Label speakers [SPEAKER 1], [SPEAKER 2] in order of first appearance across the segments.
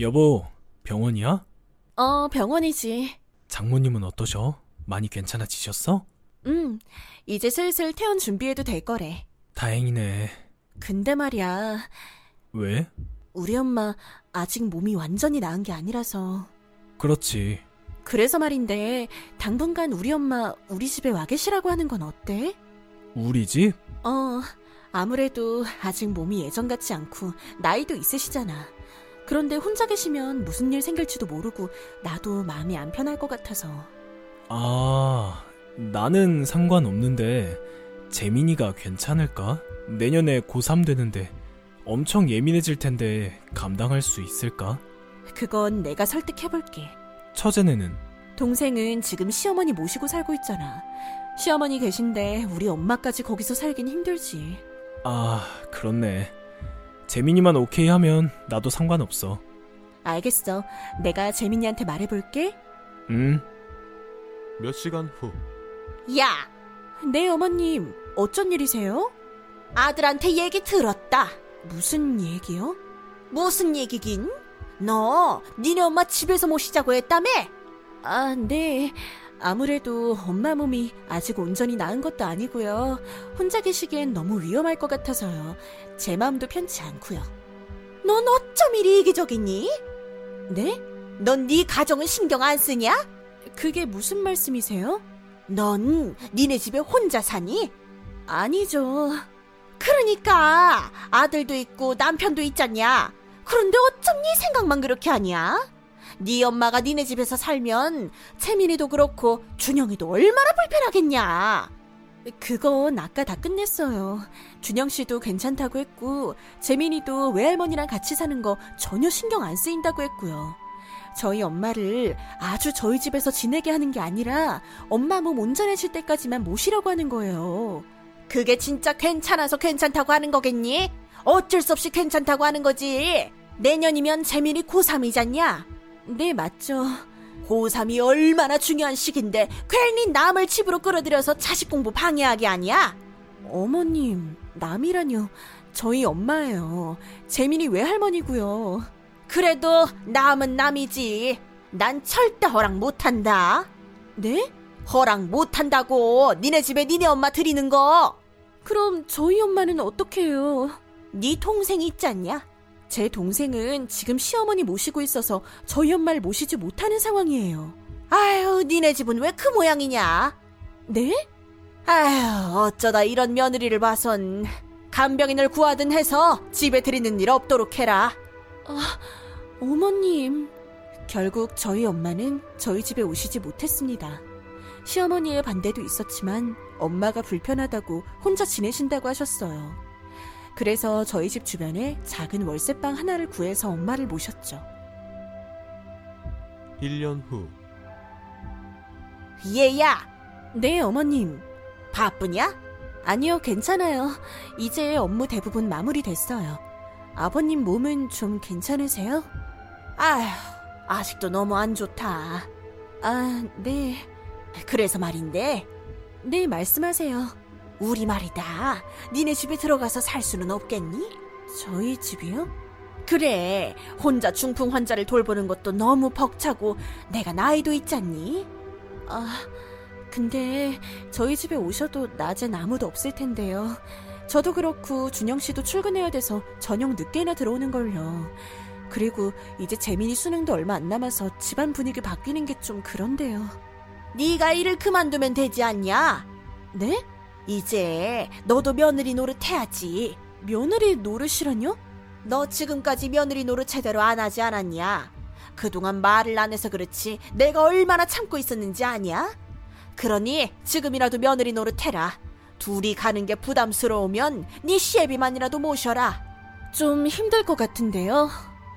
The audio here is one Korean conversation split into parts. [SPEAKER 1] 여보, 병원이야?
[SPEAKER 2] 어, 병원이지.
[SPEAKER 1] 장모님은 어떠셔? 많이 괜찮아지셨어?
[SPEAKER 2] 음, 이제 슬슬 퇴원 준비해도 될 거래.
[SPEAKER 1] 다행이네.
[SPEAKER 2] 근데 말이야,
[SPEAKER 1] 왜?
[SPEAKER 2] 우리 엄마 아직 몸이 완전히 나은 게 아니라서.
[SPEAKER 1] 그렇지.
[SPEAKER 2] 그래서 말인데, 당분간 우리 엄마 우리 집에 와 계시라고 하는 건 어때?
[SPEAKER 1] 우리 집?
[SPEAKER 2] 어, 아무래도 아직 몸이 예전 같지 않고, 나이도 있으시잖아. 그런데 혼자 계시면 무슨 일 생길지도 모르고, 나도 마음이 안 편할 것 같아서.
[SPEAKER 1] 아, 나는 상관없는데, 재민이가 괜찮을까? 내년에 고3 되는데, 엄청 예민해질 텐데, 감당할 수 있을까?
[SPEAKER 2] 그건 내가 설득해볼게.
[SPEAKER 1] 처제네는?
[SPEAKER 2] 동생은 지금 시어머니 모시고 살고 있잖아. 시어머니 계신데 우리 엄마까지 거기서 살긴 힘들지.
[SPEAKER 1] 아, 그렇네. 재민이만 오케이 하면 나도 상관없어.
[SPEAKER 2] 알겠어. 내가 재민이한테 말해볼게.
[SPEAKER 1] 응?
[SPEAKER 3] 몇 시간 후
[SPEAKER 2] 야! 네, 어머님. 어쩐 일이세요? 아들한테 얘기 들었다. 무슨 얘기요? 무슨 얘기긴? 너, 니네 엄마 집에서 모시자고 했다며? 아, 네. 아무래도 엄마 몸이 아직 온전히 나은 것도 아니고요. 혼자 계시기엔 너무 위험할 것 같아서요. 제 마음도 편치 않고요. 넌 어쩜 이리 이기적이니? 네? 넌 네 가정은 신경 안 쓰냐? 그게 무슨 말씀이세요? 넌 니네 집에 혼자 사니? 아니죠. 그러니까 아들도 있고 남편도 있잖냐. 그런데 어쩜 네 생각만 그렇게 하냐? 네 엄마가 니네 집에서 살면 채민이도 그렇고 준영이도 얼마나 불편하겠냐. 그건 아까 다 끝냈어요. 준영 씨도 괜찮다고 했고 재민이도 외할머니랑 같이 사는 거 전혀 신경 안 쓰인다고 했고요. 저희 엄마를 아주 저희 집에서 지내게 하는 게 아니라 엄마 몸 온전해질 때까지만 모시려고 하는 거예요. 그게 진짜 괜찮아서 괜찮다고 하는 거겠니? 어쩔 수 없이 괜찮다고 하는 거지. 내년이면 재민이 고3이잖냐? 네, 맞죠. 고3이 얼마나 중요한 시기인데 괜히 남을 집으로 끌어들여서 자식 공부 방해하게 아니야? 어머님, 남이라뇨. 저희 엄마예요. 재민이 외할머니고요. 그래도 남은 남이지. 난 절대 허락 못한다. 네? 허락 못한다고. 니네 집에 니네 엄마 드리는 거. 그럼 저희 엄마는 어떻게 해요? 네 동생이 있지 않냐? 제 동생은 지금 시어머니 모시고 있어서 저희 엄마를 모시지 못하는 상황이에요. 아유, 니네 집은 왜 그 모양이냐? 네? 아휴, 어쩌다 이런 며느리를 봐선 간병인을 구하든 해서 집에 들이는 일 없도록 해라. 아, 어머님. 결국 저희 엄마는 저희 집에 오시지 못했습니다. 시어머니의 반대도 있었지만 엄마가 불편하다고 혼자 지내신다고 하셨어요. 그래서 저희 집 주변에 작은 월세방 하나를 구해서 엄마를 모셨죠.
[SPEAKER 3] 1년 후
[SPEAKER 2] 얘야. 네, 어머님. 바쁘냐? 아니요, 괜찮아요. 이제 업무 대부분 마무리됐어요. 아버님 몸은 좀 괜찮으세요? 아휴, 아직도 너무 안 좋다. 아, 네. 그래서 말인데. 네, 말씀하세요. 우리 말이다. 니네 집에 들어가서 살 수는 없겠니? 저희 집이요? 그래. 혼자 중풍 환자를 돌보는 것도 너무 벅차고 내가 나이도 있잖니? 아, 근데 저희 집에 오셔도 낮엔 아무도 없을 텐데요. 저도 그렇고 준영 씨도 출근해야 돼서 저녁 늦게나 들어오는 걸요. 그리고 이제 재민이 수능도 얼마 안 남아서 집안 분위기 바뀌는 게 좀 그런데요. 네가 일을 그만두면 되지 않냐? 네? 이제 너도 며느리 노릇해야지. 며느리 노릇이라뇨? 너 지금까지 며느리 노릇 제대로 안 하지 않았냐? 그동안 말을 안 해서 그렇지 내가 얼마나 참고 있었는지 아냐? 그러니 지금이라도 며느리 노릇해라. 둘이 가는 게 부담스러우면 네 시애비만이라도 모셔라. 좀 힘들 것 같은데요.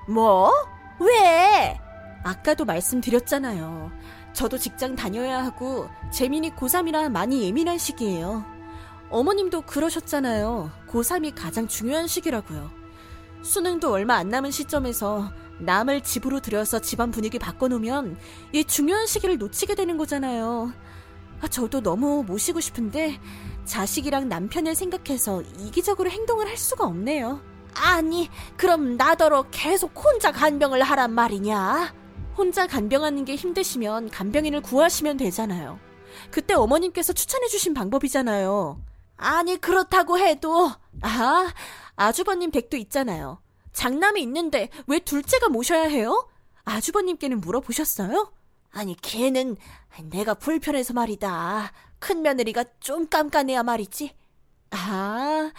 [SPEAKER 2] 뭐? 왜? 아까도 말씀드렸잖아요. 저도 직장 다녀야 하고 재민이 고3이라 많이 예민한 시기예요. 어머님도 그러셨잖아요. 고3이 가장 중요한 시기라고요. 수능도 얼마 안 남은 시점에서 남을 집으로 들여서 집안 분위기 바꿔놓으면 이 중요한 시기를 놓치게 되는 거잖아요. 아, 저도 너무 모시고 싶은데 자식이랑 남편을 생각해서 이기적으로 행동을 할 수가 없네요. 아니, 그럼 나더러 계속 혼자 간병을 하란 말이냐? 혼자 간병하는 게 힘드시면 간병인을 구하시면 되잖아요. 그때 어머님께서 추천해주신 방법이잖아요. 아니, 그렇다고 해도, 아, 아주버님 댁도 있잖아요. 장남이 있는데 왜 둘째가 모셔야 해요? 아주버님께는 물어보셨어요? 아니, 걔는 내가 불편해서 말이다. 큰 며느리가 좀 깐깐해야 말이지. 아,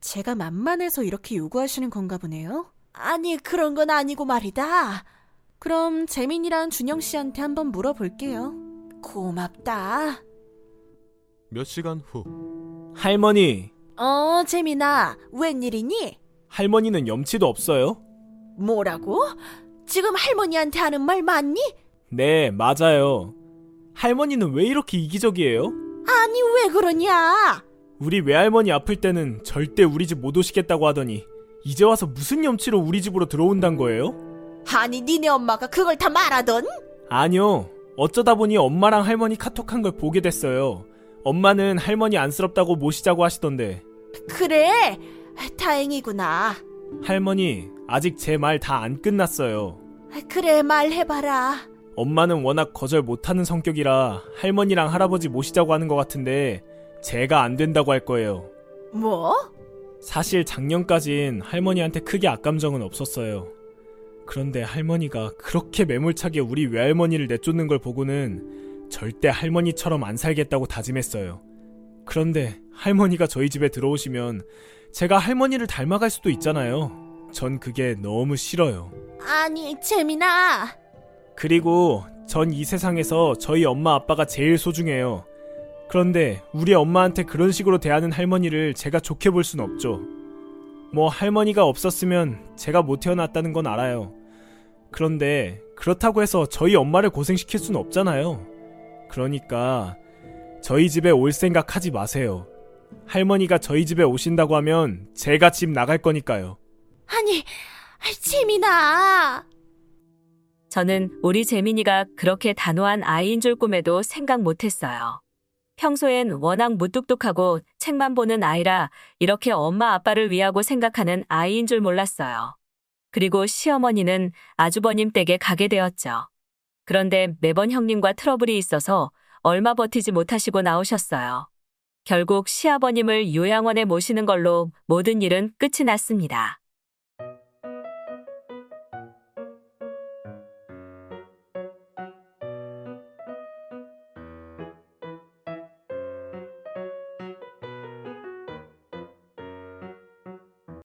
[SPEAKER 2] 제가 만만해서 이렇게 요구하시는 건가 보네요. 아니, 그런 건 아니고 말이다. 그럼 재민이랑 준영 씨한테 한번 물어볼게요. 고맙다.
[SPEAKER 3] 몇 시간 후,
[SPEAKER 1] 할머니,
[SPEAKER 2] 어, 재민아, 웬일이니?
[SPEAKER 1] 할머니는 염치도 없어요?
[SPEAKER 2] 뭐라고? 지금 할머니한테 하는 말 맞니?
[SPEAKER 1] 네, 맞아요. 할머니는 왜 이렇게 이기적이에요?
[SPEAKER 2] 아니, 왜 그러냐?
[SPEAKER 1] 우리 외할머니 아플 때는 절대 우리 집 못 오시겠다고 하더니 이제 와서 무슨 염치로 우리 집으로 들어온단 거예요?
[SPEAKER 2] 아니, 니네 엄마가 그걸 다 말하던?
[SPEAKER 1] 아니요. 어쩌다 보니 엄마랑 할머니 카톡한 걸 보게 됐어요. 엄마는 할머니 안쓰럽다고 모시자고 하시던데
[SPEAKER 2] 그래, 다행이구나.
[SPEAKER 1] 할머니 아직 제 말 다 안 끝났어요.
[SPEAKER 2] 그래, 말해봐라.
[SPEAKER 1] 엄마는 워낙 거절 못하는 성격이라 할머니랑 할아버지 모시자고 하는 것 같은데 제가 안 된다고 할 거예요.
[SPEAKER 2] 뭐?
[SPEAKER 1] 사실 작년까진 할머니한테 크게 악감정은 없었어요. 그런데 할머니가 그렇게 매몰차게 우리 외할머니를 내쫓는 걸 보고는 절대 할머니처럼 안 살겠다고 다짐했어요. 그런데 할머니가 저희 집에 들어오시면 제가 할머니를 닮아갈 수도 있잖아요. 전 그게 너무 싫어요.
[SPEAKER 2] 아니, 재민아.
[SPEAKER 1] 그리고 전 이 세상에서 저희 엄마 아빠가 제일 소중해요. 그런데 우리 엄마한테 그런 식으로 대하는 할머니를 제가 좋게 볼 순 없죠. 뭐 할머니가 없었으면 제가 못 태어났다는 건 알아요. 그런데 그렇다고 해서 저희 엄마를 고생시킬 순 없잖아요. 그러니까 저희 집에 올 생각 하지 마세요. 할머니가 저희 집에 오신다고 하면 제가 집 나갈 거니까요.
[SPEAKER 2] 아니, 아이, 재민아.
[SPEAKER 4] 저는 우리 재민이가 그렇게 단호한 아이인 줄 꿈에도 생각 못했어요. 평소엔 워낙 무뚝뚝하고 책만 보는 아이라 이렇게 엄마 아빠를 위하고 생각하는 아이인 줄 몰랐어요. 그리고 시어머니는 아주버님 댁에 가게 되었죠. 그런데 매번 형님과 트러블이 있어서 얼마 버티지 못하시고 나오셨어요. 결국 시아버님을 요양원에 모시는 걸로 모든 일은 끝이 났습니다.